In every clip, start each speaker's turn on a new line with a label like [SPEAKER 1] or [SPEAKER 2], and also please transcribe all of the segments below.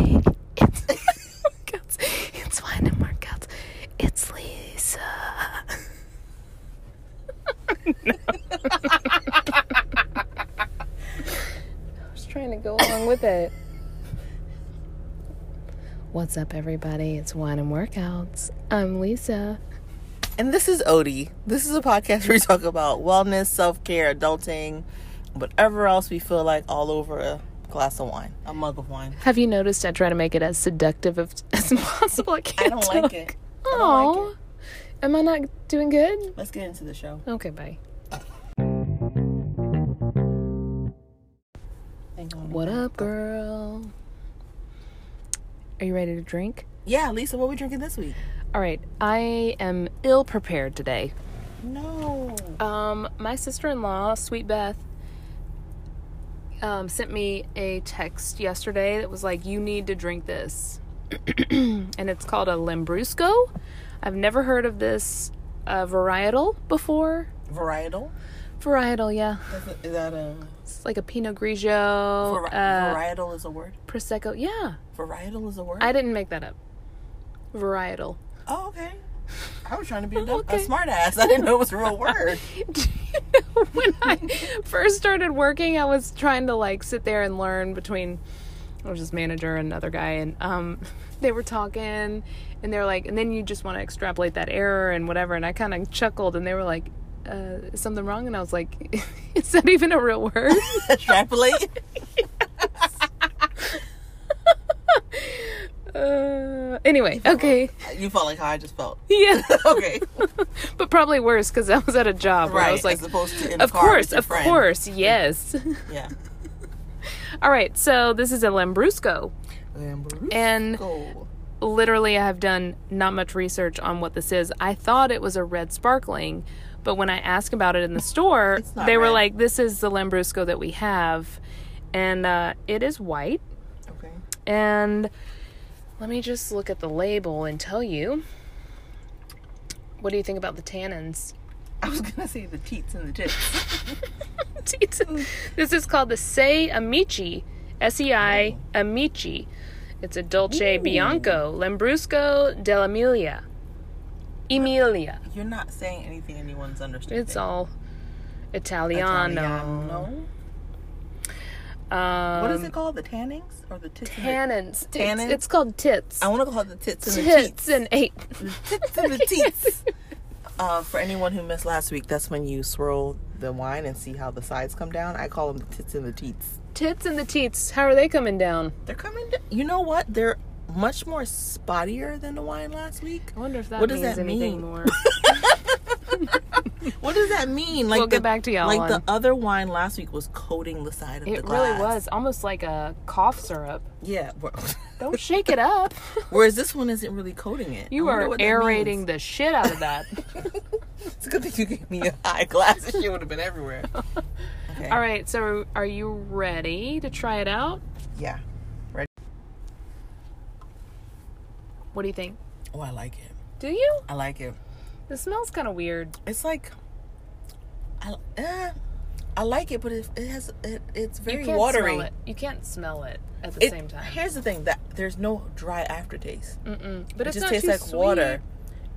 [SPEAKER 1] I was trying to go along with it. What's up, everybody? It's Wine and Workouts. I'm Lisa.
[SPEAKER 2] And this is Odie. This is a podcast where we talk about wellness, self care, adulting, whatever else we feel like all over a glass of wine, a mug of wine.
[SPEAKER 1] Have you noticed I try to make it as seductive of, as possible? I
[SPEAKER 2] I
[SPEAKER 1] can't.
[SPEAKER 2] don't like it. I don't
[SPEAKER 1] Oh,
[SPEAKER 2] like
[SPEAKER 1] am I not doing good?
[SPEAKER 2] Let's get into the show.
[SPEAKER 1] Okay, bye. What up, girl? Are you ready to drink?
[SPEAKER 2] Yeah, Lisa, what we drinking this week?
[SPEAKER 1] All right, I am ill prepared today.
[SPEAKER 2] No.
[SPEAKER 1] Um, my sister in law, Sweet Beth, um, sent me a text yesterday that was like, "You need to drink this," and it's called a Lambrusco. I've never heard of this uh, varietal before.
[SPEAKER 2] Varietal?
[SPEAKER 1] Varietal, yeah,
[SPEAKER 2] Is it- is that a.
[SPEAKER 1] it's like a Pinot Grigio,
[SPEAKER 2] vari-
[SPEAKER 1] uh,
[SPEAKER 2] varietal is a word?
[SPEAKER 1] Prosecco. Yeah,
[SPEAKER 2] Varietal is a word?
[SPEAKER 1] I didn't make that up. Varietal.
[SPEAKER 2] oh, okay. I was trying to be a, dumb,
[SPEAKER 1] Okay.
[SPEAKER 2] a smart ass. I didn't know it was a real word.
[SPEAKER 1] Do you know when I first started working, I was trying to like sit there and learn between I was just manager and another guy, and um, they were talking, and they're like, and then you just want to extrapolate that error and whatever, and I kind of chuckled, and they were like, uh, is something wrong, and I was like, is that even a real word?
[SPEAKER 2] Extrapolate?
[SPEAKER 1] uh, anyway, okay,
[SPEAKER 2] You felt like how I just felt.
[SPEAKER 1] yeah,
[SPEAKER 2] Okay.
[SPEAKER 1] but probably worse because I was at a job where I was like,
[SPEAKER 2] as opposed to in a
[SPEAKER 1] of
[SPEAKER 2] car
[SPEAKER 1] course,
[SPEAKER 2] with your
[SPEAKER 1] of
[SPEAKER 2] friend.
[SPEAKER 1] course, yes.
[SPEAKER 2] Yeah.
[SPEAKER 1] All right, so this is a Lambrusco. And-
[SPEAKER 2] Lambrusco.
[SPEAKER 1] literally I have done not much research on what this is. I thought it was a red sparkling, but when I asked about it in the store,
[SPEAKER 2] It's not
[SPEAKER 1] they were
[SPEAKER 2] red.
[SPEAKER 1] like, "This is the Lambrusco that we have," and uh, it is white.
[SPEAKER 2] Okay.
[SPEAKER 1] And let me just look at the label and tell you. What do you think about the tannins?
[SPEAKER 2] I was gonna say the teats and the tits.
[SPEAKER 1] this is called the Sei Amici, S E I Amici. It's a Dolce Bianco Lambrusco dell'Emilia. Emilia.
[SPEAKER 2] You're not saying anything anyone's understanding.
[SPEAKER 1] It's all Italiano.
[SPEAKER 2] Italiano.
[SPEAKER 1] Um,
[SPEAKER 2] What is it called? The tannings or the tits? and
[SPEAKER 1] Tannins. It's-
[SPEAKER 2] Tannins?
[SPEAKER 1] It's, called tits.
[SPEAKER 2] the, I want to call it the tits and the
[SPEAKER 1] tits
[SPEAKER 2] teats.
[SPEAKER 1] and eight.
[SPEAKER 2] tits and the teats. Uh, for anyone who missed last week, that's when you swirl the wine and see how the sides come down. I call them the tits and the teats.
[SPEAKER 1] Tits and the teats. How are they coming down?
[SPEAKER 2] They're coming. down. you know what? They're much more spottier than the wine last week.
[SPEAKER 1] I wonder if that
[SPEAKER 2] What does
[SPEAKER 1] means
[SPEAKER 2] that
[SPEAKER 1] anything
[SPEAKER 2] mean?
[SPEAKER 1] more.
[SPEAKER 2] What does that mean? Like
[SPEAKER 1] We'll get back to y'all
[SPEAKER 2] Like
[SPEAKER 1] on-
[SPEAKER 2] the other wine last week was coating the side of the
[SPEAKER 1] It
[SPEAKER 2] glass.
[SPEAKER 1] really was almost like a cough syrup.
[SPEAKER 2] Yeah. where-
[SPEAKER 1] Don't shake it up.
[SPEAKER 2] Whereas this one isn't really coating it.
[SPEAKER 1] You
[SPEAKER 2] I wonder
[SPEAKER 1] are
[SPEAKER 2] what that
[SPEAKER 1] aerating
[SPEAKER 2] means.
[SPEAKER 1] the shit out of that.
[SPEAKER 2] It's a good thing you gave me a high glass. This shit would have been everywhere. Okay.
[SPEAKER 1] All right, so are you ready to try it out?
[SPEAKER 2] Yeah.
[SPEAKER 1] What do you think?
[SPEAKER 2] Oh, I like it.
[SPEAKER 1] Do you?
[SPEAKER 2] I like it.
[SPEAKER 1] It smells kind of weird.
[SPEAKER 2] It's like, I, eh, I like it, but it, it has it, it's very
[SPEAKER 1] you can't
[SPEAKER 2] watery.
[SPEAKER 1] smell it. You can't smell it at the
[SPEAKER 2] It-
[SPEAKER 1] same time.
[SPEAKER 2] Here's the thing that there's no dry aftertaste.
[SPEAKER 1] Mm-mm. But
[SPEAKER 2] it
[SPEAKER 1] it's
[SPEAKER 2] just
[SPEAKER 1] not
[SPEAKER 2] tastes
[SPEAKER 1] too
[SPEAKER 2] like
[SPEAKER 1] sweet.
[SPEAKER 2] water.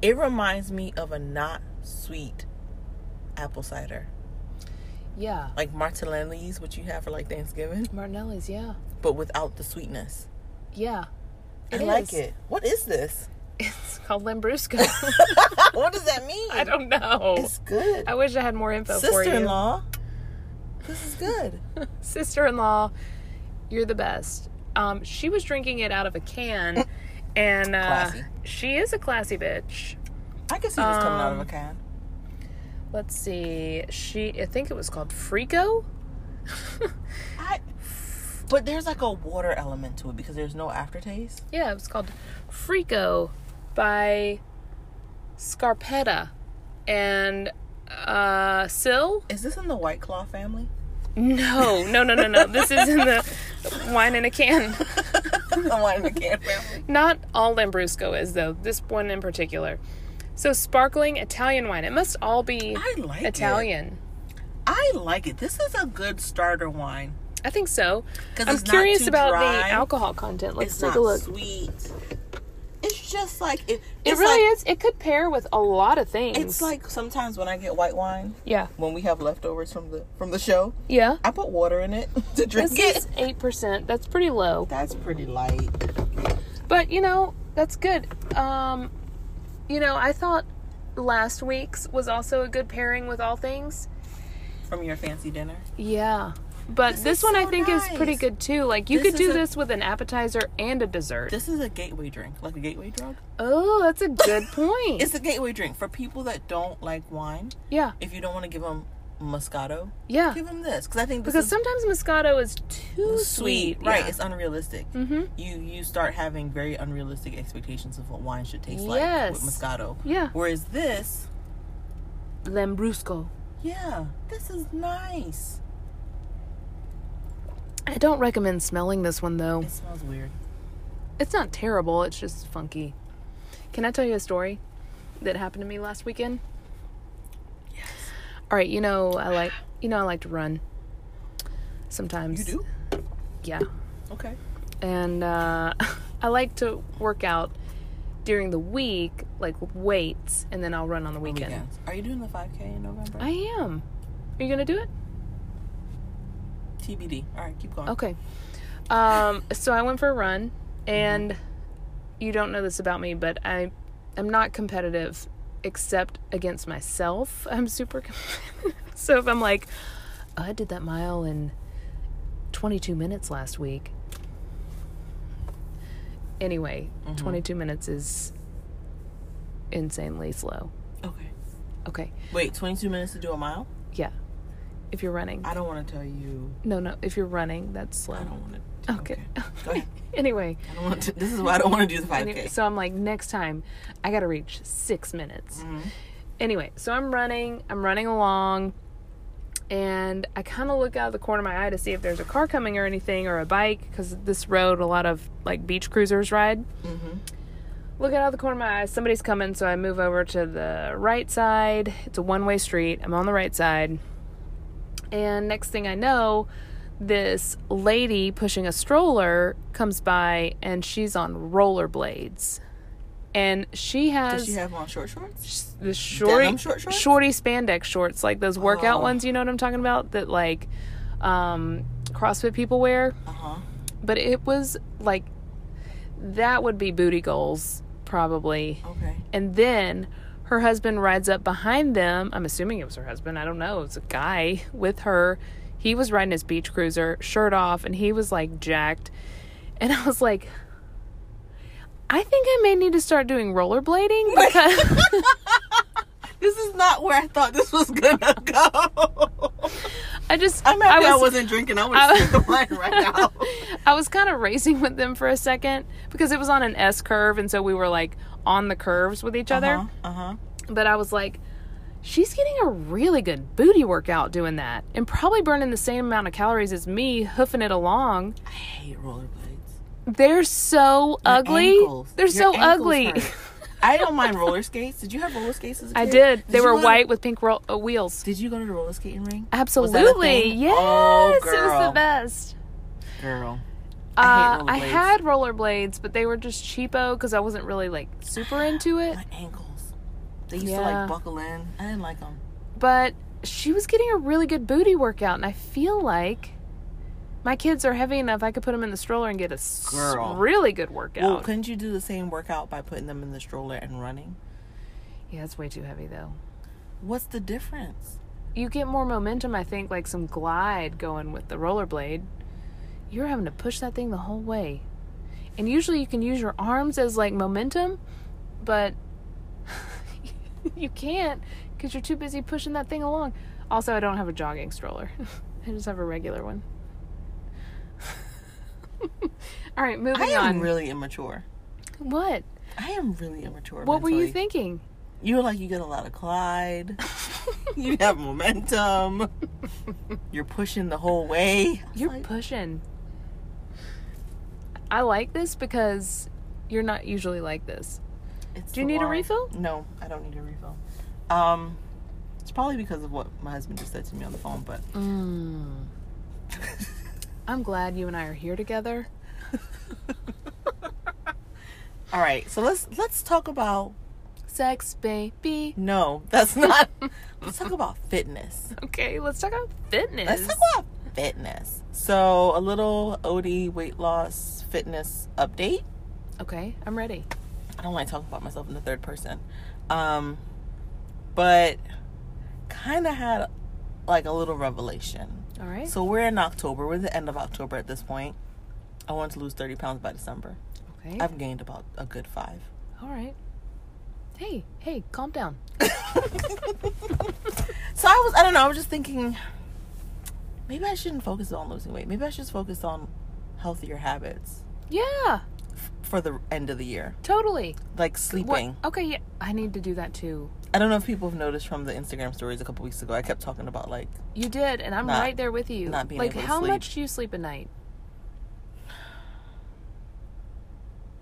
[SPEAKER 2] It reminds me of a not sweet apple cider,
[SPEAKER 1] Yeah,
[SPEAKER 2] like Martinelli's, which you have for like Thanksgiving,
[SPEAKER 1] Martinelli's. Yeah,
[SPEAKER 2] but without the sweetness.
[SPEAKER 1] yeah.
[SPEAKER 2] I
[SPEAKER 1] It
[SPEAKER 2] like
[SPEAKER 1] is.
[SPEAKER 2] it. What is this?
[SPEAKER 1] It's called Lambrusco.
[SPEAKER 2] what does that mean?
[SPEAKER 1] I don't know.
[SPEAKER 2] It's good.
[SPEAKER 1] I wish I had more info for you.
[SPEAKER 2] Sister-in-law. This is good.
[SPEAKER 1] Sister-in-law, you're the best. Um, she was drinking it out of a can, and uh,
[SPEAKER 2] Classy.
[SPEAKER 1] she is a classy bitch.
[SPEAKER 2] I can see this coming out of
[SPEAKER 1] Um,
[SPEAKER 2] a can.
[SPEAKER 1] Let's see. She, I think it was called Frico.
[SPEAKER 2] I, but there's like a water element to it because there's no aftertaste.
[SPEAKER 1] Yeah, it was called Frico by Scarpetta and uh Sill?
[SPEAKER 2] Is this in the White Claw family?
[SPEAKER 1] No, no, no, no, no. This is in the wine in a can.
[SPEAKER 2] the wine in the can family.
[SPEAKER 1] Not all Lambrusco is though. This one in particular. So sparkling Italian wine. It must all be
[SPEAKER 2] I like it.
[SPEAKER 1] Italian.
[SPEAKER 2] I like it. This is a good starter wine.
[SPEAKER 1] I think so.
[SPEAKER 2] 'Cause
[SPEAKER 1] I'm
[SPEAKER 2] it's not
[SPEAKER 1] curious
[SPEAKER 2] too
[SPEAKER 1] about
[SPEAKER 2] dry.
[SPEAKER 1] the alcohol content. Let's
[SPEAKER 2] it's
[SPEAKER 1] take
[SPEAKER 2] not
[SPEAKER 1] a look.
[SPEAKER 2] sweet. It's just like it.
[SPEAKER 1] It
[SPEAKER 2] it's
[SPEAKER 1] really
[SPEAKER 2] like-
[SPEAKER 1] is. It could pair with a lot of things.
[SPEAKER 2] It's like sometimes when I get white wine,
[SPEAKER 1] yeah,
[SPEAKER 2] when we have leftovers from the from the show,
[SPEAKER 1] yeah.
[SPEAKER 2] I put water in it to drink
[SPEAKER 1] This
[SPEAKER 2] it.
[SPEAKER 1] is eight percent. That's pretty low,
[SPEAKER 2] That's pretty light.
[SPEAKER 1] but you know that's good. Um, you know, I thought last week's was also a good pairing with all things.
[SPEAKER 2] From your fancy dinner.
[SPEAKER 1] Yeah. But this,
[SPEAKER 2] This is
[SPEAKER 1] one I
[SPEAKER 2] so
[SPEAKER 1] think is pretty
[SPEAKER 2] nice.
[SPEAKER 1] good too. Like you
[SPEAKER 2] This
[SPEAKER 1] could do
[SPEAKER 2] is a-
[SPEAKER 1] this with an appetizer and a dessert.
[SPEAKER 2] This is a gateway drink, like a gateway drug.
[SPEAKER 1] oh, that's a good point.
[SPEAKER 2] It's a gateway drink for people that don't like wine.
[SPEAKER 1] yeah.
[SPEAKER 2] If you don't want to give them Moscato,
[SPEAKER 1] Yeah.
[SPEAKER 2] give them this because I think this
[SPEAKER 1] Because
[SPEAKER 2] is
[SPEAKER 1] sometimes Moscato is too
[SPEAKER 2] sweet,
[SPEAKER 1] sweet.
[SPEAKER 2] right?
[SPEAKER 1] Yeah.
[SPEAKER 2] It's unrealistic.
[SPEAKER 1] Mhm.
[SPEAKER 2] You you start having very unrealistic expectations of what wine should taste like
[SPEAKER 1] Yes.
[SPEAKER 2] with Moscato.
[SPEAKER 1] Yeah.
[SPEAKER 2] Whereas this,
[SPEAKER 1] Lambrusco.
[SPEAKER 2] yeah, this is nice.
[SPEAKER 1] I don't recommend smelling this one though.
[SPEAKER 2] It smells weird.
[SPEAKER 1] It's not terrible, it's just funky. Can I tell you a story that happened to me last weekend?
[SPEAKER 2] Yes.
[SPEAKER 1] All right, you know I like you know I like to run sometimes.
[SPEAKER 2] You do?
[SPEAKER 1] Yeah.
[SPEAKER 2] Okay.
[SPEAKER 1] and uh, I like to work out during the week, like weights, and then I'll run on the weekend.
[SPEAKER 2] Weekends. Are you doing the 5K in November?
[SPEAKER 1] I am. Are you gonna do it?
[SPEAKER 2] TBD. All right, keep going.
[SPEAKER 1] Okay. Um, so I went for a run, and you don't know this about me, but I am not competitive except against myself. I'm super competitive. so if I'm like, "Oh, I did that mile in 22 minutes last week. Anyway,
[SPEAKER 2] Mm-hmm.
[SPEAKER 1] 22 minutes is insanely slow.
[SPEAKER 2] Okay.
[SPEAKER 1] Okay.
[SPEAKER 2] Wait, 22 minutes to do a mile?
[SPEAKER 1] Yeah. If you're running.
[SPEAKER 2] I don't want to tell you.
[SPEAKER 1] No, no. If you're running, that's
[SPEAKER 2] I
[SPEAKER 1] slow.
[SPEAKER 2] don't want to.
[SPEAKER 1] Okay.
[SPEAKER 2] Go ahead.
[SPEAKER 1] anyway.
[SPEAKER 2] I don't want to. This is why I don't want to do the 5K.
[SPEAKER 1] Anyway, so I'm like, next time, I gotta reach six minutes. Anyway, so I'm running, I'm running along, and I kind of look out of the corner of my eye to see if there's a car coming or anything or a bike because this road a lot of like beach cruisers ride. Look out of the corner of my eye, somebody's coming, so I move over to the right side. It's a one way street. I'm on the right side, and next thing I know. This lady pushing a stroller comes by and she's on rollerblades. And she has
[SPEAKER 2] Does she have on short shorts?
[SPEAKER 1] the shorty
[SPEAKER 2] Denim short shorts?
[SPEAKER 1] shorty spandex shorts, like those workout
[SPEAKER 2] Oh.
[SPEAKER 1] ones. You know what I'm talking about? That like um, CrossFit people wear.
[SPEAKER 2] Uh huh.
[SPEAKER 1] But it was like that would be booty goals probably.
[SPEAKER 2] Okay.
[SPEAKER 1] And then her husband rides up behind them. I'm assuming it was her husband. I don't know. It was a guy with her. He was riding his beach cruiser, shirt off, and he was like jacked. And I was like, I think I may need to start doing rollerblading because.
[SPEAKER 2] This is not where I thought this was gonna go.
[SPEAKER 1] I just
[SPEAKER 2] I'm happy I,
[SPEAKER 1] was
[SPEAKER 2] was, not drinking. I
[SPEAKER 1] I-
[SPEAKER 2] was drinking the wine right now.
[SPEAKER 1] I was kind of racing with them for a second because it was on an S curve and so we were like on the curves with each other.
[SPEAKER 2] Uh huh.
[SPEAKER 1] But I was like she's getting a really good booty workout doing that and probably burning the same amount of calories as me hoofing it along.
[SPEAKER 2] I hate rollerblades.
[SPEAKER 1] They're so ugly.
[SPEAKER 2] ankles.
[SPEAKER 1] They're
[SPEAKER 2] Your
[SPEAKER 1] so
[SPEAKER 2] ankles
[SPEAKER 1] ugly.
[SPEAKER 2] hurt. I don't mind roller skates. Did you have roller skates as a kid?
[SPEAKER 1] I did. They
[SPEAKER 2] you
[SPEAKER 1] were
[SPEAKER 2] go to-
[SPEAKER 1] white with pink ro- uh, wheels.
[SPEAKER 2] Did you go to the roller skating ring?
[SPEAKER 1] Absolutely.
[SPEAKER 2] thing?
[SPEAKER 1] Yes.
[SPEAKER 2] Oh,
[SPEAKER 1] It was the
[SPEAKER 2] girl.
[SPEAKER 1] best.
[SPEAKER 2] Girl. I hate
[SPEAKER 1] Uh, I
[SPEAKER 2] rollerblades.
[SPEAKER 1] had rollerblades, but they were just cheapo because I wasn't really like super into it.
[SPEAKER 2] My ankles. They used to
[SPEAKER 1] Yeah.
[SPEAKER 2] like buckle in. I didn't like them.
[SPEAKER 1] but she was getting a really good booty workout and i feel like my kids are heavy enough i could put them in the stroller and get a s-
[SPEAKER 2] Girl.
[SPEAKER 1] really good workout
[SPEAKER 2] Well, couldn't you do the same workout by putting them in the stroller and running?
[SPEAKER 1] yeah it's way too heavy though
[SPEAKER 2] What's the difference?
[SPEAKER 1] you get more momentum i think like some glide going with the rollerblade you're having to push that thing the whole way and usually you can use your arms as like momentum but you can't because you're too busy pushing that thing along also i don't have a jogging stroller i just have a regular one all right moving
[SPEAKER 2] I am
[SPEAKER 1] on
[SPEAKER 2] really immature.
[SPEAKER 1] what
[SPEAKER 2] I am really immature.
[SPEAKER 1] what were you
[SPEAKER 2] mentally.
[SPEAKER 1] thinking
[SPEAKER 2] You were like, you get a lot of Clyde. you have momentum. You're pushing the whole way. I was
[SPEAKER 1] You're
[SPEAKER 2] like,
[SPEAKER 1] pushing. I like this because you're not usually like this.
[SPEAKER 2] it's
[SPEAKER 1] Do you
[SPEAKER 2] the
[SPEAKER 1] need a
[SPEAKER 2] wine.
[SPEAKER 1] refill?
[SPEAKER 2] No, I don't need a refill. Um, it's probably because of what my husband just said to me on the phone, but
[SPEAKER 1] Mm. I'm glad you and I are here together.
[SPEAKER 2] All right, so let's let's talk about
[SPEAKER 1] Sex, baby.
[SPEAKER 2] no, that's not. let's talk about fitness.
[SPEAKER 1] Okay, let's talk about fitness.
[SPEAKER 2] Let's talk about fitness. So a little OD weight loss fitness update.
[SPEAKER 1] okay, I'm ready.
[SPEAKER 2] I don't like talking about myself in the third person, um, but kind of had like a little revelation.
[SPEAKER 1] All right.
[SPEAKER 2] So we're in October. We're the end of October at this point. I want to lose thirty pounds by December.
[SPEAKER 1] okay.
[SPEAKER 2] I've gained about a good five.
[SPEAKER 1] All right. Hey, hey, calm down.
[SPEAKER 2] So I was, I don't know, I was just thinking maybe I shouldn't focus on losing weight. Maybe I should just focus on healthier habits
[SPEAKER 1] Yeah,
[SPEAKER 2] for the end of the year,
[SPEAKER 1] totally.
[SPEAKER 2] like
[SPEAKER 1] What-
[SPEAKER 2] sleeping.
[SPEAKER 1] Okay, yeah, I need to do that too.
[SPEAKER 2] I don't know if people have noticed from the Instagram stories a couple weeks ago. I kept talking about like
[SPEAKER 1] You did, and I'm
[SPEAKER 2] Not-
[SPEAKER 1] right there with you.
[SPEAKER 2] not being
[SPEAKER 1] like,
[SPEAKER 2] able to
[SPEAKER 1] how
[SPEAKER 2] sleep.
[SPEAKER 1] much do you sleep a night?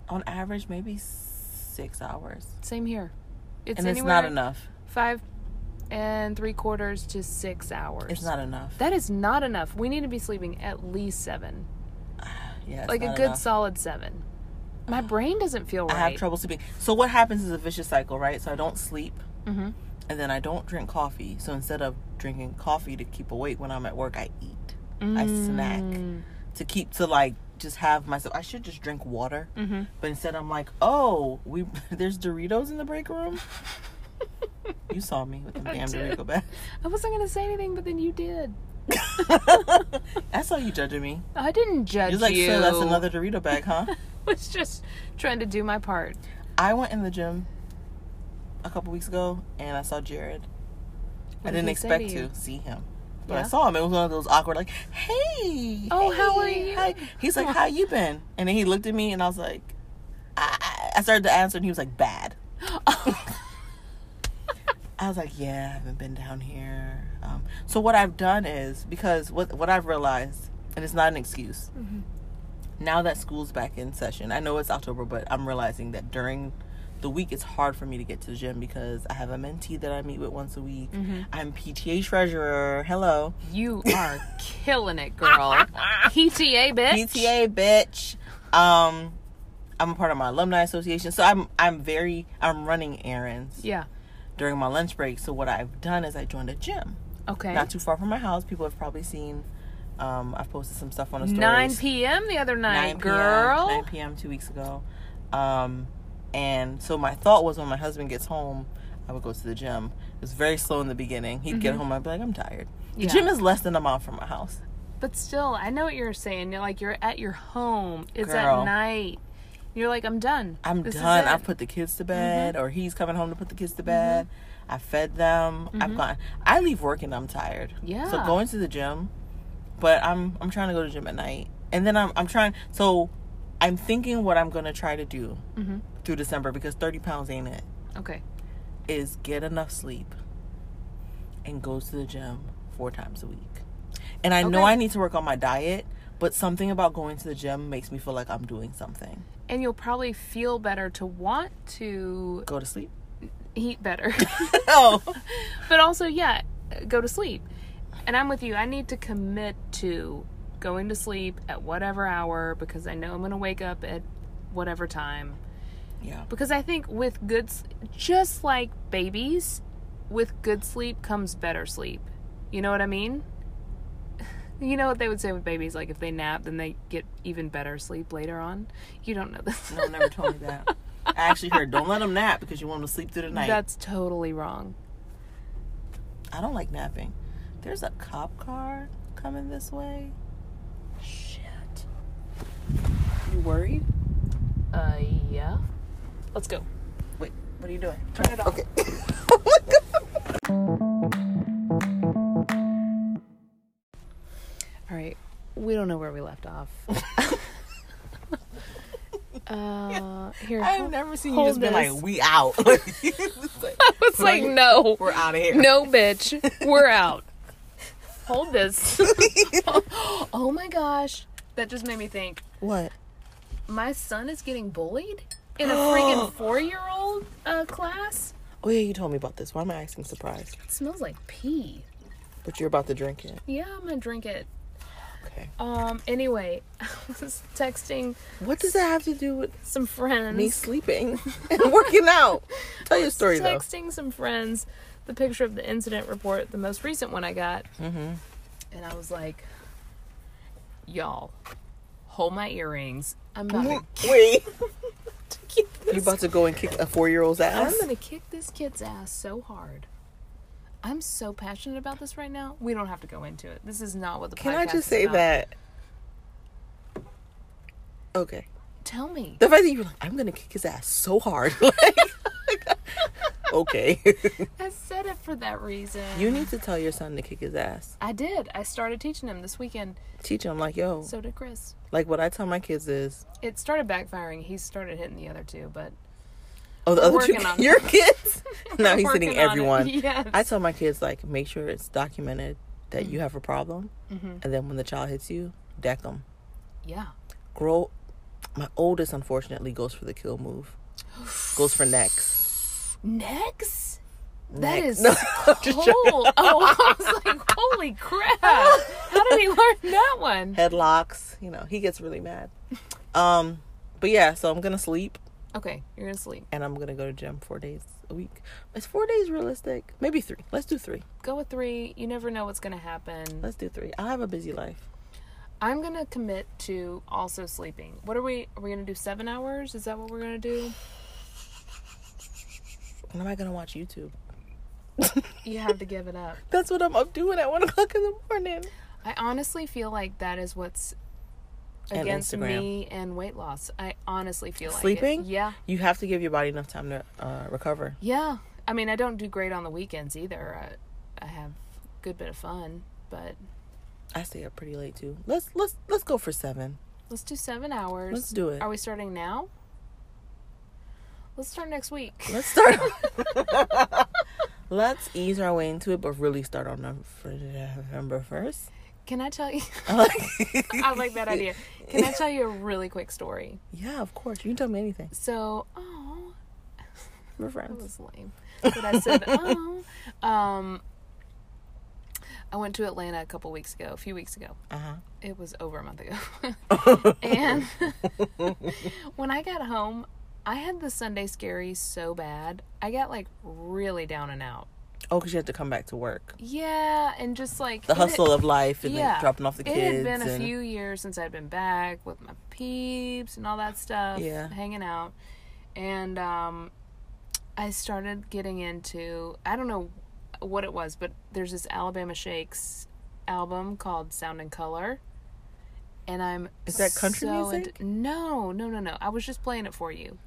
[SPEAKER 2] on average maybe six hours,
[SPEAKER 1] Same here. It's
[SPEAKER 2] and it's
[SPEAKER 1] anywhere
[SPEAKER 2] not enough.
[SPEAKER 1] Five and three quarters to six hours.
[SPEAKER 2] It's not enough.
[SPEAKER 1] That is not enough. We need to be sleeping at least seven,
[SPEAKER 2] Yeah, it's
[SPEAKER 1] like a
[SPEAKER 2] not
[SPEAKER 1] good
[SPEAKER 2] enough.
[SPEAKER 1] solid seven. My brain doesn't feel
[SPEAKER 2] I
[SPEAKER 1] right.
[SPEAKER 2] have trouble sleeping. So what happens is a vicious cycle, right? So I don't sleep,
[SPEAKER 1] Mm-hmm.
[SPEAKER 2] and then I don't drink coffee. So instead of drinking coffee to keep awake when I'm at work, I eat. I
[SPEAKER 1] Mm.
[SPEAKER 2] snack to keep to like just have myself. I should just drink water,
[SPEAKER 1] Mhm.
[SPEAKER 2] but instead I'm like, oh, we there's Doritos in the break room. you saw me with the
[SPEAKER 1] I
[SPEAKER 2] damn
[SPEAKER 1] did.
[SPEAKER 2] Dorito bag.
[SPEAKER 1] I wasn't gonna say anything, but then you did.
[SPEAKER 2] I saw you judging me.
[SPEAKER 1] I didn't judge
[SPEAKER 2] You're like,
[SPEAKER 1] you.
[SPEAKER 2] so that's another Dorito bag, huh?
[SPEAKER 1] was just trying to do my part.
[SPEAKER 2] I went in the gym a couple weeks ago and I saw Jared. I
[SPEAKER 1] did
[SPEAKER 2] didn't
[SPEAKER 1] he say
[SPEAKER 2] expect
[SPEAKER 1] to you?
[SPEAKER 2] to, see him. But I
[SPEAKER 1] Yeah.
[SPEAKER 2] saw him. It was one of those awkward, like, "Hey,
[SPEAKER 1] Oh, how are
[SPEAKER 2] hey,
[SPEAKER 1] you?"
[SPEAKER 2] hi." He's like, "How you been?" And then he looked at me, and I was like, "I, I started to answer, and he was like, "Bad." I was like, "Yeah, I haven't been down here." Um, so what I've done is because what what I've realized, and it's not an excuse. Now that school's back in session, I know it's October, but I'm realizing that during the week it's hard for me to get to the gym because I have a mentee that I meet with once a week. I'm PTA treasurer. Hello,
[SPEAKER 1] You are killing it, girl. PTA, bitch.
[SPEAKER 2] PTA bitch. Um, I'm a part of my alumni association, so I'm I'm very I'm running errands
[SPEAKER 1] Yeah.
[SPEAKER 2] during my lunch break. So what I've done is I joined a gym.
[SPEAKER 1] Okay.
[SPEAKER 2] not too far from my house. People have probably seen. Um, I've posted some stuff on the stories.
[SPEAKER 1] 9 p.m. the other night,
[SPEAKER 2] 9 p.m.,
[SPEAKER 1] girl.
[SPEAKER 2] 9 p.m. two weeks ago. Um, and so my thought was when my husband gets home, I would go to the gym. It was very slow in the beginning. He'd get home, I'd be like, I'm tired. The
[SPEAKER 1] Mm-hmm. Yeah.
[SPEAKER 2] gym is less than a mile from my house.
[SPEAKER 1] But still, I know what you're saying. You're like you're at your home. It's
[SPEAKER 2] Girl.
[SPEAKER 1] at night. You're like I'm done.
[SPEAKER 2] I'm
[SPEAKER 1] This is
[SPEAKER 2] done.
[SPEAKER 1] it. Mm-hmm.
[SPEAKER 2] I've put the kids to bed, or he's coming home to put the kids to bed. I fed them.
[SPEAKER 1] Mm-hmm.
[SPEAKER 2] I've gone. I leave work and I'm tired. So
[SPEAKER 1] Yeah.
[SPEAKER 2] going to the gym, but I'm I'm trying to go to the gym at night, and then I'm I'm trying. So I'm thinking what I'm gonna try to do through December because 30 pounds ain't it.
[SPEAKER 1] Mm-hmm. okay.
[SPEAKER 2] Is get enough sleep and go to the gym four times a week. And I know
[SPEAKER 1] Okay.
[SPEAKER 2] I need to work on my diet, but something about going to the gym makes me feel like I'm doing something.
[SPEAKER 1] And you'll probably feel better to want to
[SPEAKER 2] Go to sleep.
[SPEAKER 1] eat better.
[SPEAKER 2] oh.
[SPEAKER 1] but also, yeah, go to sleep. And I'm with you. I need to commit to going to sleep at whatever hour because I know I'm going to wake up at whatever time.
[SPEAKER 2] Yeah.
[SPEAKER 1] Because I think with good, s- just like babies, with good sleep comes better sleep. You know what I mean? You know what they would say with babies? Like if they nap, then they get even better sleep later on. You don't know this.
[SPEAKER 2] No one ever told me that. I actually heard, don't let them nap because you want them to sleep through the night.
[SPEAKER 1] That's totally wrong.
[SPEAKER 2] I don't like napping. There's a cop car coming this way.
[SPEAKER 1] Shit.
[SPEAKER 2] You worried?
[SPEAKER 1] Uh, yeah. Let's go.
[SPEAKER 2] Wait, what are you doing?
[SPEAKER 1] Turn it off.
[SPEAKER 2] Okay. oh my God.
[SPEAKER 1] All right. We don't know where we left off. uh, here.
[SPEAKER 2] I've
[SPEAKER 1] hold-
[SPEAKER 2] never seen you
[SPEAKER 1] Hold
[SPEAKER 2] just been
[SPEAKER 1] this.
[SPEAKER 2] like, we out. It's like,
[SPEAKER 1] It's like no,
[SPEAKER 2] We're out of here.
[SPEAKER 1] no, bitch, we're out. Hold this. oh my gosh, that just made me think.
[SPEAKER 2] What?
[SPEAKER 1] My son is getting bullied in a freaking four-year-old uh, class.
[SPEAKER 2] Oh yeah, you told me about this. Why am I asking surprised?
[SPEAKER 1] It smells like pee.
[SPEAKER 2] But you're about to drink it.
[SPEAKER 1] Yeah, I'm gonna drink it.
[SPEAKER 2] Okay.
[SPEAKER 1] Um. Anyway, I was texting
[SPEAKER 2] What does that have to do with
[SPEAKER 1] some friends.
[SPEAKER 2] me sleeping and working out? Tell your story though.
[SPEAKER 1] texting some friends the picture of the incident report, the most recent one I got,
[SPEAKER 2] Mm-hmm.
[SPEAKER 1] and I was like, "Y'all, hold my earrings. I'm
[SPEAKER 2] Mm-hmm.
[SPEAKER 1] about to
[SPEAKER 2] Wait,
[SPEAKER 1] kick this.
[SPEAKER 2] you about to go and kick a four-year-old's ass?
[SPEAKER 1] I'm gonna kick this kid's ass so hard." I'm so passionate about this right now. We don't have to go into it. This is not what the
[SPEAKER 2] Can
[SPEAKER 1] podcast
[SPEAKER 2] I just
[SPEAKER 1] is
[SPEAKER 2] say
[SPEAKER 1] about.
[SPEAKER 2] that? Okay.
[SPEAKER 1] Tell me.
[SPEAKER 2] The fact that you were like, I'm gonna kick his ass so hard. like, okay.
[SPEAKER 1] I said it for that reason.
[SPEAKER 2] you need to tell your son to kick his ass.
[SPEAKER 1] I did. I started teaching him this weekend.
[SPEAKER 2] Teach him like, yo,
[SPEAKER 1] So did Chris.
[SPEAKER 2] like what I tell my kids is,
[SPEAKER 1] It started backfiring. He started hitting the other two, but
[SPEAKER 2] oh, the
[SPEAKER 1] We're
[SPEAKER 2] other two,
[SPEAKER 1] working on it.
[SPEAKER 2] your kids. now he's
[SPEAKER 1] Working
[SPEAKER 2] hitting
[SPEAKER 1] on it.
[SPEAKER 2] everyone.
[SPEAKER 1] Yes.
[SPEAKER 2] I tell my kids like, make sure it's documented that you have a problem, and then when the child hits you, deck them.
[SPEAKER 1] yeah.
[SPEAKER 2] Grow. My oldest, unfortunately, goes for the kill move. Goes for necks.
[SPEAKER 1] Next? That
[SPEAKER 2] Neck.
[SPEAKER 1] is
[SPEAKER 2] No, I'm just
[SPEAKER 1] cold.
[SPEAKER 2] joking.
[SPEAKER 1] Oh, I was like, holy crap. How did he learn that one?
[SPEAKER 2] Headlocks. You know, he gets really mad. Um, but yeah, so I'm gonna sleep.
[SPEAKER 1] Okay, you're going to sleep.
[SPEAKER 2] and I'm gonna go to gym four days a week. Is four days realistic? Maybe three. Let's do three.
[SPEAKER 1] Go with three. You never know what's going to happen.
[SPEAKER 2] Let's do three. I have a busy life.
[SPEAKER 1] I'm going to commit to also sleeping. What are we? Are we going to do seven hours? Is that what we're going to do?
[SPEAKER 2] When am I gonna watch YouTube?
[SPEAKER 1] You have to give it up.
[SPEAKER 2] That's what I'm up doing at one o'clock in the morning.
[SPEAKER 1] I honestly feel like that is what's
[SPEAKER 2] And
[SPEAKER 1] against
[SPEAKER 2] Instagram.
[SPEAKER 1] me and weight loss. I honestly feel like it.
[SPEAKER 2] Sleeping?
[SPEAKER 1] Yeah,
[SPEAKER 2] You have to give your body enough time to uh, recover.
[SPEAKER 1] yeah. I mean, I don't do great on the weekends either. I, I have a good bit of fun, but
[SPEAKER 2] I stay up pretty late too. Let's let's let's go for seven.
[SPEAKER 1] let's do seven hours.
[SPEAKER 2] Let's do it.
[SPEAKER 1] Are we starting now? Let's start next week.
[SPEAKER 2] Let's start. let's ease our way into it, but really start on November first.
[SPEAKER 1] Can I tell you? I like that idea. Can I tell you a really quick story?
[SPEAKER 2] Yeah, of course. You can tell me anything.
[SPEAKER 1] So, oh,
[SPEAKER 2] We're
[SPEAKER 1] That
[SPEAKER 2] friends.
[SPEAKER 1] was lame. But I said, oh. Um, I went to Atlanta a couple weeks ago, a few weeks ago.
[SPEAKER 2] Uh
[SPEAKER 1] It was over a month ago.
[SPEAKER 2] huh.
[SPEAKER 1] and when I got home, I had the Sunday scary so bad. I got like really down and out.
[SPEAKER 2] oh, because you have to come back to work.
[SPEAKER 1] Yeah, and just like
[SPEAKER 2] the
[SPEAKER 1] it had-
[SPEAKER 2] hustle of life and then dropping off the kids.
[SPEAKER 1] It had been a
[SPEAKER 2] and-
[SPEAKER 1] few years since I'd been back with my peeps and all that stuff.
[SPEAKER 2] Yeah.
[SPEAKER 1] Hanging out. And um, I started getting into, I don't know what it was, but there's this Alabama Shakes album called Sound and Color. And I'm.
[SPEAKER 2] Is that country
[SPEAKER 1] so
[SPEAKER 2] music?
[SPEAKER 1] into- no, no, no, no. I was just playing it for you.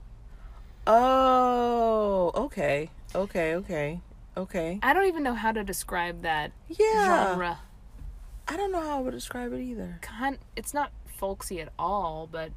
[SPEAKER 2] Oh, okay, okay, okay, okay.
[SPEAKER 1] I don't even know how to describe that
[SPEAKER 2] Yeah,
[SPEAKER 1] genre.
[SPEAKER 2] I don't know how I would describe it either.
[SPEAKER 1] Con- it's not folksy at all, but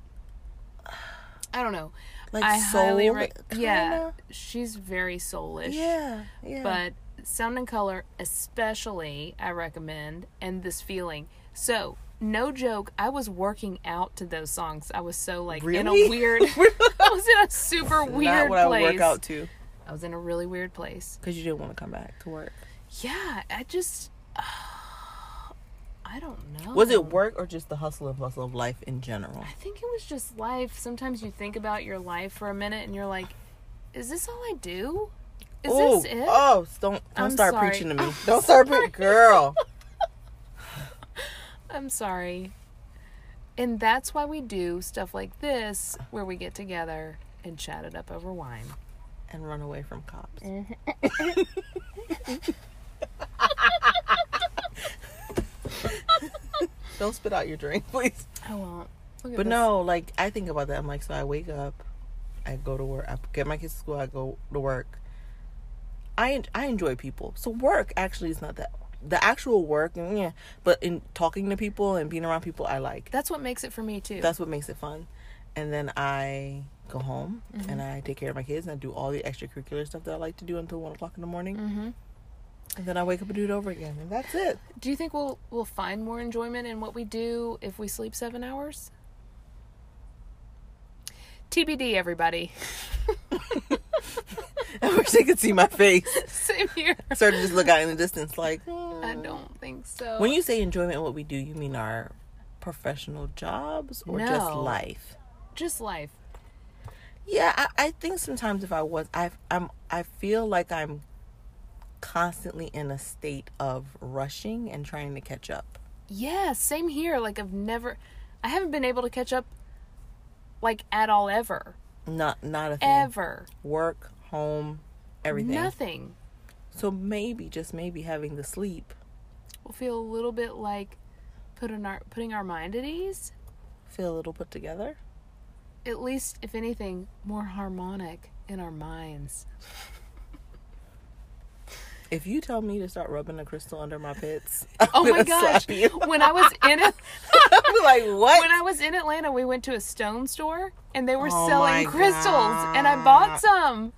[SPEAKER 1] I don't know.
[SPEAKER 2] Like
[SPEAKER 1] I highly
[SPEAKER 2] soul,
[SPEAKER 1] re-
[SPEAKER 2] kinda?
[SPEAKER 1] yeah, she's very soulish.
[SPEAKER 2] Yeah, yeah.
[SPEAKER 1] But sound and color, especially, I recommend, and this feeling. So, no joke, I was working out to those songs. I was so like in a
[SPEAKER 2] Really?
[SPEAKER 1] weird. I was in a super
[SPEAKER 2] not
[SPEAKER 1] weird
[SPEAKER 2] what
[SPEAKER 1] place.
[SPEAKER 2] I work out to
[SPEAKER 1] I was in a really weird place.
[SPEAKER 2] because you didn't want to come back to work.
[SPEAKER 1] Yeah, I just. I don't know.
[SPEAKER 2] Was it work or just the hustle and bustle of life in general?
[SPEAKER 1] I think it was just life. Sometimes you think about your life for a minute and you're like, is this all I do? Is
[SPEAKER 2] Ooh,
[SPEAKER 1] this it?
[SPEAKER 2] Oh, don't don't
[SPEAKER 1] I'm
[SPEAKER 2] start
[SPEAKER 1] sorry.
[SPEAKER 2] preaching to me. Don't start, pre- girl.
[SPEAKER 1] I'm sorry. And that's why we do stuff like this where we get together and chat it up over wine.
[SPEAKER 2] And run away from cops. don't spit out your drink, please.
[SPEAKER 1] I won't. Look at
[SPEAKER 2] But
[SPEAKER 1] this.
[SPEAKER 2] no, like I think about that. I'm like, so I wake up, I go to work, I get my kids to school, I go to work. I en- I enjoy people, so work actually is not that the actual work. Yeah, but in talking to people and being around people, I like.
[SPEAKER 1] That's what makes it for me too.
[SPEAKER 2] That's what makes it fun. And then I go home and I take care of my kids and I do all the extracurricular stuff that I like to do until one o'clock in the morning.
[SPEAKER 1] Mhm.
[SPEAKER 2] And then I wake up and do it over again, and that's it.
[SPEAKER 1] do you think we'll we'll find more enjoyment in what we do if we sleep 7 hours? TBD everybody.
[SPEAKER 2] I wish they could see my face.
[SPEAKER 1] Same here.
[SPEAKER 2] I started to just look out in the distance, like hmm.
[SPEAKER 1] I don't think so.
[SPEAKER 2] When you say enjoyment, in what we do, you mean our professional jobs or just
[SPEAKER 1] No.
[SPEAKER 2] life?
[SPEAKER 1] Just life.
[SPEAKER 2] Yeah, I, I think sometimes if I was, I I'm I feel like I'm constantly in a state of rushing and trying to catch up.
[SPEAKER 1] Yeah, same here. Like I've never I haven't been able to catch up like at all ever.
[SPEAKER 2] Not not a thing.
[SPEAKER 1] Ever.
[SPEAKER 2] Work, home, everything.
[SPEAKER 1] Nothing.
[SPEAKER 2] So maybe just maybe having the sleep
[SPEAKER 1] We'll feel a little bit like putting our putting our mind at ease.
[SPEAKER 2] feel a little put together.
[SPEAKER 1] At least if anything, more harmonic in our minds.
[SPEAKER 2] If you tell me to start rubbing a crystal under my pits,
[SPEAKER 1] Oh
[SPEAKER 2] I'm
[SPEAKER 1] my
[SPEAKER 2] gonna
[SPEAKER 1] gosh.
[SPEAKER 2] slap you.
[SPEAKER 1] When I was in it
[SPEAKER 2] I'll be like, what?
[SPEAKER 1] when I was in Atlanta, we went to a stone store and they were
[SPEAKER 2] Oh
[SPEAKER 1] selling
[SPEAKER 2] my
[SPEAKER 1] crystals and I bought
[SPEAKER 2] God.
[SPEAKER 1] some.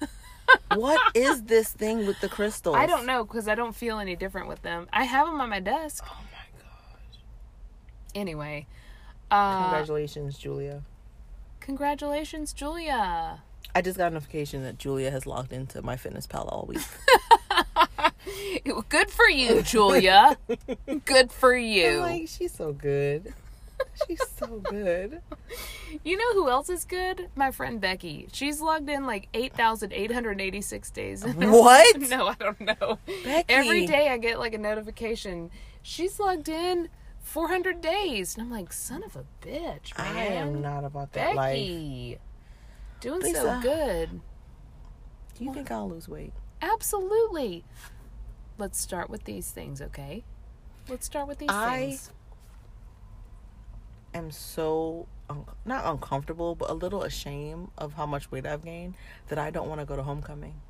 [SPEAKER 2] what is this thing with the crystals?
[SPEAKER 1] I don't know cuz I don't feel any different with them. I have them on my desk.
[SPEAKER 2] Oh my gosh!
[SPEAKER 1] Anyway, uh,
[SPEAKER 2] Congratulations, Julia.
[SPEAKER 1] congratulations, Julia.
[SPEAKER 2] I just got a notification that Julia has logged into my Fitness Pal all week.
[SPEAKER 1] Good for you, Julia. Good for
[SPEAKER 2] I'm
[SPEAKER 1] you.
[SPEAKER 2] like, she's so good. She's so good.
[SPEAKER 1] you know who else is good? My friend Becky. She's logged in like 8,886 days. in a row.
[SPEAKER 2] What?
[SPEAKER 1] No, I don't know.
[SPEAKER 2] Becky.
[SPEAKER 1] Every day I get like a notification. She's logged in 400 days. And I'm like, son of a bitch, man.
[SPEAKER 2] I am not about that life.
[SPEAKER 1] Becky. Doing
[SPEAKER 2] Lisa.
[SPEAKER 1] so good.
[SPEAKER 2] Do you think I'll lose weight?
[SPEAKER 1] Absolutely. Let's start with these things, okay? Let's start with these
[SPEAKER 2] I-
[SPEAKER 1] things.
[SPEAKER 2] I'm so un- not uncomfortable, but a little ashamed of how much weight I've gained that I don't want to go to homecoming.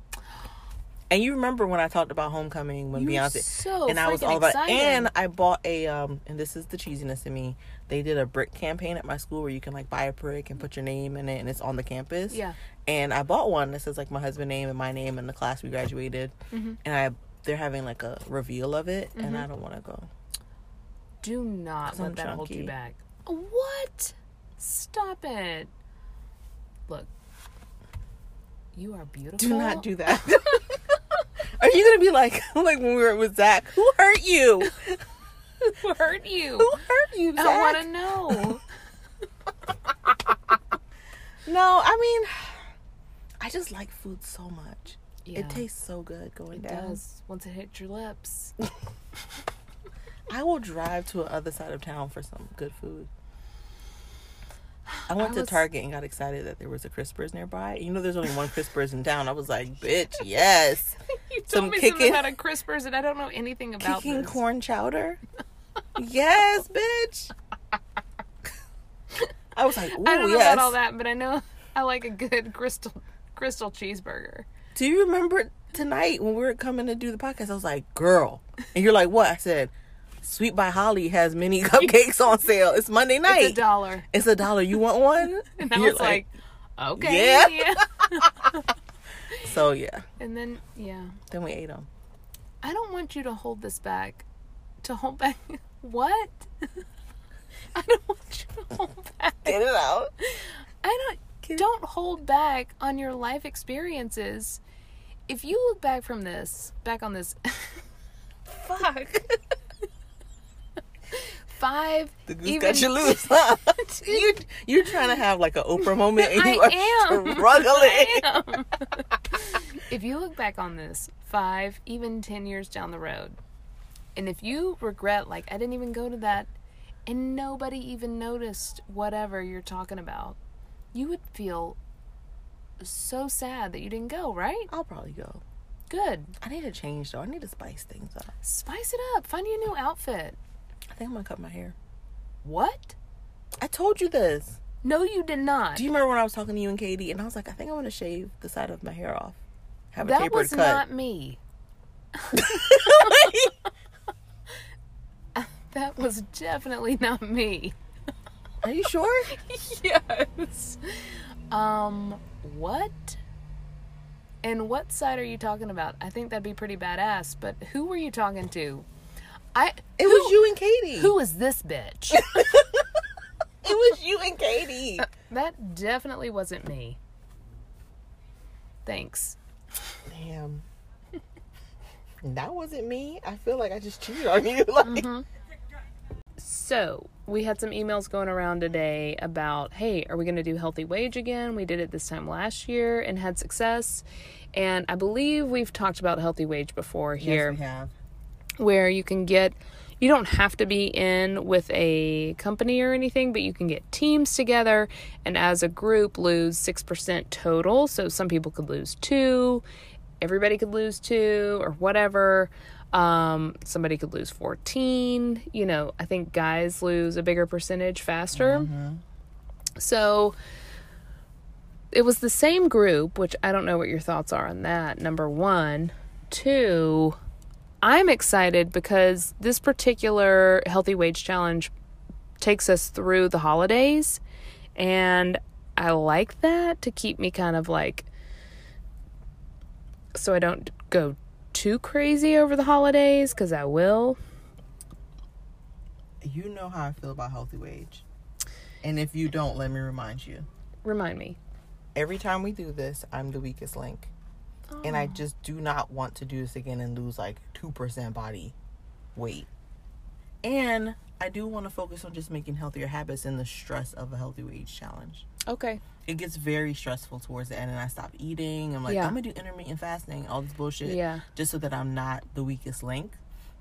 [SPEAKER 2] And you remember when I talked about homecoming when
[SPEAKER 1] You were
[SPEAKER 2] Beyonce
[SPEAKER 1] so
[SPEAKER 2] and I was
[SPEAKER 1] freaking
[SPEAKER 2] all about
[SPEAKER 1] excited.
[SPEAKER 2] and I bought a um and this is the cheesiness in me. They did a brick campaign at my school where you can like buy a brick and put your name in it and it's on the campus.
[SPEAKER 1] Yeah.
[SPEAKER 2] And I bought one that says like my husband's name and my name and the class we graduated.
[SPEAKER 1] Mm-hmm.
[SPEAKER 2] And I they're having like a reveal of it and I don't want to go.
[SPEAKER 1] Do not
[SPEAKER 2] 'Cause
[SPEAKER 1] let
[SPEAKER 2] I'm
[SPEAKER 1] that hold you
[SPEAKER 2] chunky.
[SPEAKER 1] back. What? Stop it. Look. You are beautiful.
[SPEAKER 2] Do not do that. Are you gonna be like like when we were with Zach? Who hurt you?
[SPEAKER 1] Who hurt you?
[SPEAKER 2] Who hurt you,
[SPEAKER 1] I
[SPEAKER 2] Zach?
[SPEAKER 1] don't want to know.
[SPEAKER 2] No, I mean, I just like food so much.
[SPEAKER 1] Yeah,
[SPEAKER 2] It tastes so good going
[SPEAKER 1] It
[SPEAKER 2] down.
[SPEAKER 1] does. Once it hits your lips.
[SPEAKER 2] I will drive to the other side of town for some good food. I went
[SPEAKER 1] I
[SPEAKER 2] to
[SPEAKER 1] was-
[SPEAKER 2] Target and got excited that there was a Crispers nearby. You know, there's only one Crispers in town. I was like, bitch, yes.
[SPEAKER 1] you told
[SPEAKER 2] Some
[SPEAKER 1] me something
[SPEAKER 2] kicking-
[SPEAKER 1] about a crispers, and I don't know anything about
[SPEAKER 2] Kicking
[SPEAKER 1] this.
[SPEAKER 2] corn chowder? yes, bitch. I was like, ooh,
[SPEAKER 1] I don't know
[SPEAKER 2] yes.
[SPEAKER 1] about all that, but I know I like a good crystal crystal cheeseburger.
[SPEAKER 2] Do you remember tonight when we were coming to do the podcast? I was like, girl. And you're like, what? I said, Sweet by Holly has mini cupcakes on sale. It's Monday night.
[SPEAKER 1] It's a dollar.
[SPEAKER 2] It's a dollar. You want one?
[SPEAKER 1] And I
[SPEAKER 2] You're
[SPEAKER 1] was like, okay.
[SPEAKER 2] Yeah. so yeah.
[SPEAKER 1] and then, yeah.
[SPEAKER 2] Then we ate them.
[SPEAKER 1] I don't want you to hold this back. To hold back. What? I don't want you to hold back.
[SPEAKER 2] Get it out.
[SPEAKER 1] I don't. Don't hold back on your life experiences. If you look back from this, back on this
[SPEAKER 2] Fuck.
[SPEAKER 1] five,
[SPEAKER 2] The goose
[SPEAKER 1] even
[SPEAKER 2] got you loose. Huh? you you're trying to have like an Oprah moment, and you
[SPEAKER 1] I
[SPEAKER 2] are
[SPEAKER 1] am.
[SPEAKER 2] struggling.
[SPEAKER 1] am. if you look back on this five, even 10 years down the road, and if you regret, like, I didn't even go to that, and nobody even noticed whatever you're talking about, you would feel so sad that you didn't go, right?
[SPEAKER 2] I'll probably go.
[SPEAKER 1] Good.
[SPEAKER 2] I need to change though. I need to spice things up.
[SPEAKER 1] Spice it up. Find you a new outfit.
[SPEAKER 2] I think I'm gonna cut my hair.
[SPEAKER 1] What?
[SPEAKER 2] I told you this.
[SPEAKER 1] No, you did not.
[SPEAKER 2] Do you remember when I was talking to you and Katie, and I was like, I think I'm gonna shave the side of my hair off, have a
[SPEAKER 1] that
[SPEAKER 2] tapered
[SPEAKER 1] was
[SPEAKER 2] cut.
[SPEAKER 1] not me. That was definitely not me.
[SPEAKER 2] are you sure?
[SPEAKER 1] yes. Um, what? And what side are you talking about? I think that'd be pretty badass, but who were you talking to? I
[SPEAKER 2] It was you and Katie.
[SPEAKER 1] who is this bitch?
[SPEAKER 2] It was you and Katie.
[SPEAKER 1] Uh, that definitely wasn't me. Thanks.
[SPEAKER 2] Damn.
[SPEAKER 1] Mm-hmm.
[SPEAKER 2] That wasn't me. I feel like I just cheated on you. Like,
[SPEAKER 1] So, we had some emails going around today about, hey, are we going to do healthy wage again? We did it this time last year and had success. And I believe we've talked about healthy wage before here,
[SPEAKER 2] Yes, we have.
[SPEAKER 1] where you can get, you don't have to be in with a company or anything, but you can get teams together and as a group lose 6% total. So some people could lose two, everybody could lose two, or whatever. Um, somebody could lose 14. You know, I think guys lose a bigger percentage faster. So it was the same group, which I don't know what your thoughts are on that. Number one, two, I'm excited because this particular healthy wage challenge takes us through the holidays, and I like that to keep me kind of like so I don't go too crazy over the holidays because I will.
[SPEAKER 2] You know how I feel about healthy wage. And if you don't, let me remind you.
[SPEAKER 1] Remind me.
[SPEAKER 2] Every time we do this, I'm the weakest link. And I just do not want to do this again and lose like 2% body weight. And I do want to focus on just making healthier habits and the stress of a healthy wage challenge.
[SPEAKER 1] Okay.
[SPEAKER 2] It gets very stressful towards the end, and I stop eating. I'm like,
[SPEAKER 1] Yeah.
[SPEAKER 2] I'm gonna do intermittent fasting, all this bullshit,
[SPEAKER 1] Yeah.
[SPEAKER 2] just so that I'm not the weakest link.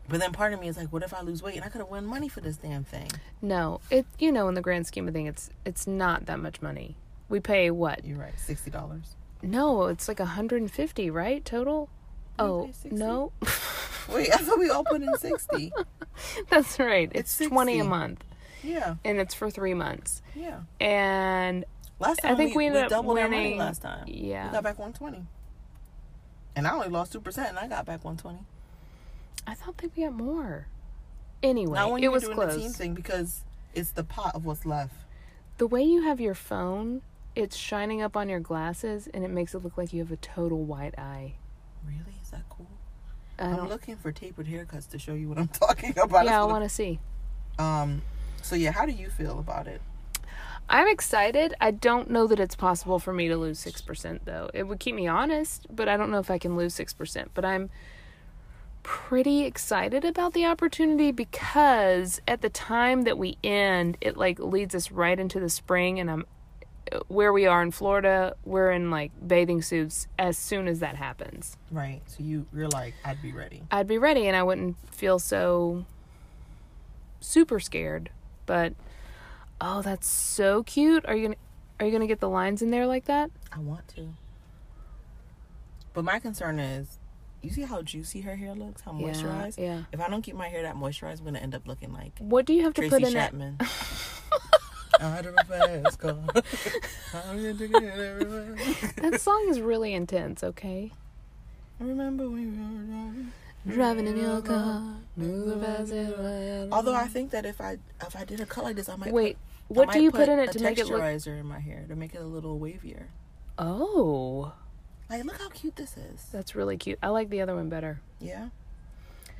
[SPEAKER 2] But then part of me is like, what if I lose weight and I could have won money for this damn thing?
[SPEAKER 1] No, it you know in the grand scheme of things, it's it's not that much money. We pay what?
[SPEAKER 2] You're right, sixty dollars.
[SPEAKER 1] No, it's like 150, right? Total. Oh
[SPEAKER 2] pay 60?
[SPEAKER 1] no,
[SPEAKER 2] Wait, I thought we all put in sixty.
[SPEAKER 1] that's right.
[SPEAKER 2] It's
[SPEAKER 1] It's, 20 a
[SPEAKER 2] 60.
[SPEAKER 1] month,
[SPEAKER 2] Yeah,
[SPEAKER 1] and it's for three months.
[SPEAKER 2] yeah.
[SPEAKER 1] And
[SPEAKER 2] Last
[SPEAKER 1] I
[SPEAKER 2] time
[SPEAKER 1] think
[SPEAKER 2] we,
[SPEAKER 1] we ended
[SPEAKER 2] we
[SPEAKER 1] up
[SPEAKER 2] doubled our money
[SPEAKER 1] winning-
[SPEAKER 2] last time. we
[SPEAKER 1] yeah,
[SPEAKER 2] got back one twenty, and I only lost two percent, and I got back one twenty.
[SPEAKER 1] I thought that we got more. Anyway,
[SPEAKER 2] Not when
[SPEAKER 1] it
[SPEAKER 2] you were
[SPEAKER 1] was
[SPEAKER 2] doing the team
[SPEAKER 1] close.
[SPEAKER 2] thing because it's the pot of what's left.
[SPEAKER 1] The way you have your phone, it's shining up on your glasses, and it makes it look like you have a total white eye.
[SPEAKER 2] Really, is that cool?
[SPEAKER 1] I
[SPEAKER 2] I'm
[SPEAKER 1] don't.
[SPEAKER 2] looking for tapered haircuts to show you what I'm talking about.
[SPEAKER 1] Uh-huh. Yeah, I
[SPEAKER 2] It's
[SPEAKER 1] want to see.
[SPEAKER 2] the- Um. So yeah, how do you feel about it?
[SPEAKER 1] I'm excited. I don't know that it's possible for me to lose 6%, though. It would keep me honest, but I don't know if I can lose 6%. But I'm pretty excited about the opportunity because at the time that we end, it like leads us right into the spring and I'm where we are in Florida, we're in like bathing suits as soon as that happens.
[SPEAKER 2] Right. So you you're like, I'd be ready.
[SPEAKER 1] I'd be ready and I wouldn't feel so super scared. But oh, that's so cute. Are you gonna are you gonna get the lines in there like that?
[SPEAKER 2] I want to. But my concern is, you see how juicy her hair looks, how moisturized.
[SPEAKER 1] Yeah. yeah.
[SPEAKER 2] If I don't keep my hair that moisturized, I'm gonna end up looking like
[SPEAKER 1] What do you have to
[SPEAKER 2] Tracy
[SPEAKER 1] put in it?
[SPEAKER 2] Chapman. Out of a fast car. I'm gonna take it everywhere.
[SPEAKER 1] That song is really intense, okay?
[SPEAKER 2] I remember we were driving.
[SPEAKER 1] Driving in your car. move as it were.
[SPEAKER 2] Although I think that if I if I did a cut like this, I might
[SPEAKER 1] Wait,
[SPEAKER 2] put, I
[SPEAKER 1] what
[SPEAKER 2] might
[SPEAKER 1] do you put in it
[SPEAKER 2] a
[SPEAKER 1] to make it look
[SPEAKER 2] texturizer in my hair to make it a little wavier.
[SPEAKER 1] Oh.
[SPEAKER 2] Like, look how cute this is.
[SPEAKER 1] That's really cute. I like the other one better.
[SPEAKER 2] Yeah.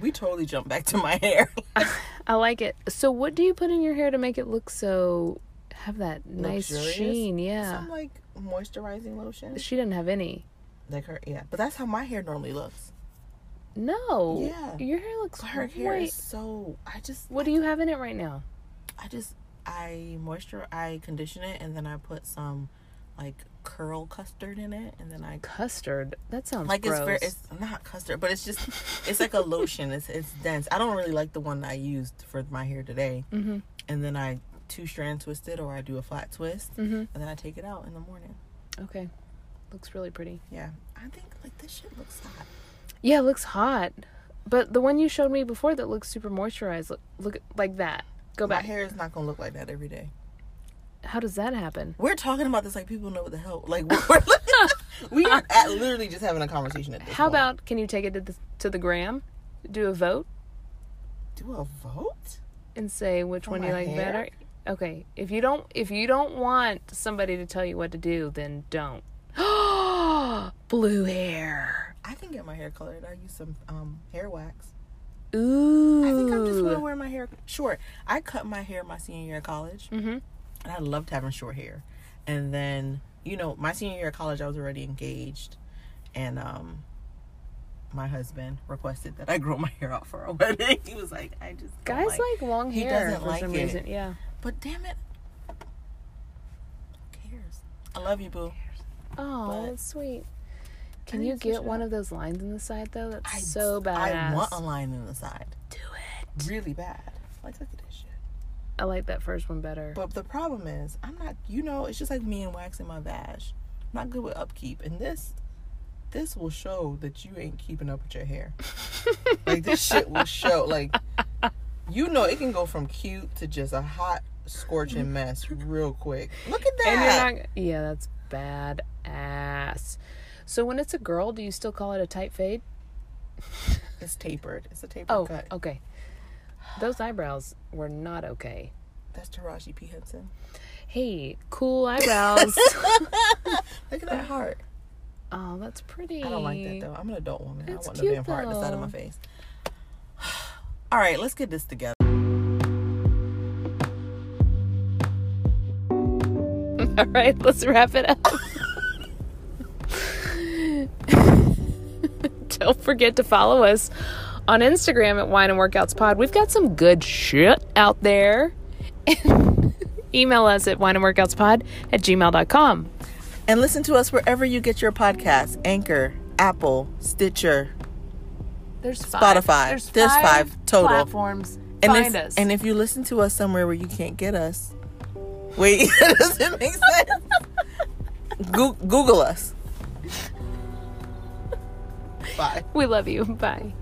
[SPEAKER 2] We totally jumped back to my hair.
[SPEAKER 1] I like it. So what do you put in your hair to make it look so have that nice
[SPEAKER 2] Luxurious?
[SPEAKER 1] sheen? Yeah.
[SPEAKER 2] Some like moisturizing lotion.
[SPEAKER 1] She didn't have any.
[SPEAKER 2] Like her, yeah. But that's how my hair normally looks.
[SPEAKER 1] No.
[SPEAKER 2] Yeah.
[SPEAKER 1] Your hair looks
[SPEAKER 2] But her hair
[SPEAKER 1] way-
[SPEAKER 2] is so. I just,
[SPEAKER 1] What do you have in it right now?
[SPEAKER 2] I just, I moisture, I condition it, and then I put some like curl custard in it, and then I
[SPEAKER 1] Custard. That sounds
[SPEAKER 2] like
[SPEAKER 1] gross.
[SPEAKER 2] it's very, it's not custard, but it's just, it's like a lotion. It's it's dense. I don't really like the one I used for my hair today,
[SPEAKER 1] mm-hmm.
[SPEAKER 2] and then I two strand twist it, or I do a flat twist,
[SPEAKER 1] Mhm.
[SPEAKER 2] and then I take it out in the morning.
[SPEAKER 1] Okay. Looks really pretty.
[SPEAKER 2] Yeah, I think like this shit looks hot.
[SPEAKER 1] Yeah, it looks hot. But the one you showed me before that looks super moisturized, look, look like that. Go
[SPEAKER 2] My
[SPEAKER 1] back.
[SPEAKER 2] hair is not gonna look like that every day.
[SPEAKER 1] How does that happen?
[SPEAKER 2] We're talking about this like people know what the hell. Like we're, we're- we are at literally just having a conversation at this.
[SPEAKER 1] How
[SPEAKER 2] point.
[SPEAKER 1] about can you take it to the to the gram, do a vote,
[SPEAKER 2] do a vote?
[SPEAKER 1] and say which
[SPEAKER 2] For
[SPEAKER 1] one
[SPEAKER 2] my
[SPEAKER 1] you like
[SPEAKER 2] hair?
[SPEAKER 1] better? Okay. If you don't if you don't want somebody to tell you what to do, then don't. Blue hair.
[SPEAKER 2] I can get my hair colored. I use some um, hair wax.
[SPEAKER 1] Ooh.
[SPEAKER 2] I think I'm just gonna wear my hair short. I cut my hair my senior year of college,
[SPEAKER 1] Mm-hmm.
[SPEAKER 2] and I loved having short hair. And then you know, my senior year of college, I was already engaged, and um, my husband requested that I grow my hair out for a wedding. He was like, I just don't
[SPEAKER 1] Guys like long
[SPEAKER 2] He
[SPEAKER 1] hair
[SPEAKER 2] doesn't
[SPEAKER 1] for
[SPEAKER 2] like
[SPEAKER 1] some
[SPEAKER 2] it.
[SPEAKER 1] reason. Yeah.
[SPEAKER 2] But damn it, who cares? I love you, boo.
[SPEAKER 1] Oh,
[SPEAKER 2] But-
[SPEAKER 1] that's sweet. Can
[SPEAKER 2] think
[SPEAKER 1] you
[SPEAKER 2] it's such
[SPEAKER 1] get
[SPEAKER 2] a-
[SPEAKER 1] one of those lines in the side though? That's
[SPEAKER 2] I-
[SPEAKER 1] so badass.
[SPEAKER 2] I want a line in the side,
[SPEAKER 1] Do it.
[SPEAKER 2] really bad. Like look at this shit.
[SPEAKER 1] I like that first one better.
[SPEAKER 2] But the problem is, I'm not. You know, it's just like me and waxing my vash. I'm not good with upkeep, and this, this will show that you ain't keeping up with your hair. like this shit will show. Like, you know, it can go from cute to just a hot scorching mess real quick. Look at
[SPEAKER 1] and
[SPEAKER 2] that.
[SPEAKER 1] you're not. Yeah, that's bad ass. So when it's a girl, do you still call it a tight fade?
[SPEAKER 2] it's tapered. It's a tapered
[SPEAKER 1] Oh,
[SPEAKER 2] cut.
[SPEAKER 1] okay. Those eyebrows were not okay.
[SPEAKER 2] That's Taraji P Henson.
[SPEAKER 1] Hey, cool eyebrows.
[SPEAKER 2] Look at that heart.
[SPEAKER 1] oh, that's pretty.
[SPEAKER 2] I don't like that though. I'm an adult woman. I
[SPEAKER 1] It's
[SPEAKER 2] don't want
[SPEAKER 1] cute,
[SPEAKER 2] no damn heart on the side of my
[SPEAKER 1] though.
[SPEAKER 2] face. All right, let's get this together.
[SPEAKER 1] All right, let's wrap it up. Don't forget to follow us on Instagram at Wine and Workouts Pod. We've got some good shit out there. Email us at wine and workouts pod at gmail.com.
[SPEAKER 2] And listen to us wherever you get your podcasts Anchor, Apple, Stitcher,
[SPEAKER 1] There's
[SPEAKER 2] Spotify. There's five total.
[SPEAKER 1] platforms.
[SPEAKER 2] and
[SPEAKER 1] Find
[SPEAKER 2] if,
[SPEAKER 1] us.
[SPEAKER 2] And if you listen to us somewhere where you can't get us, wait, that doesn't make sense. Goo- Google us. Bye.
[SPEAKER 1] we love you. Bye.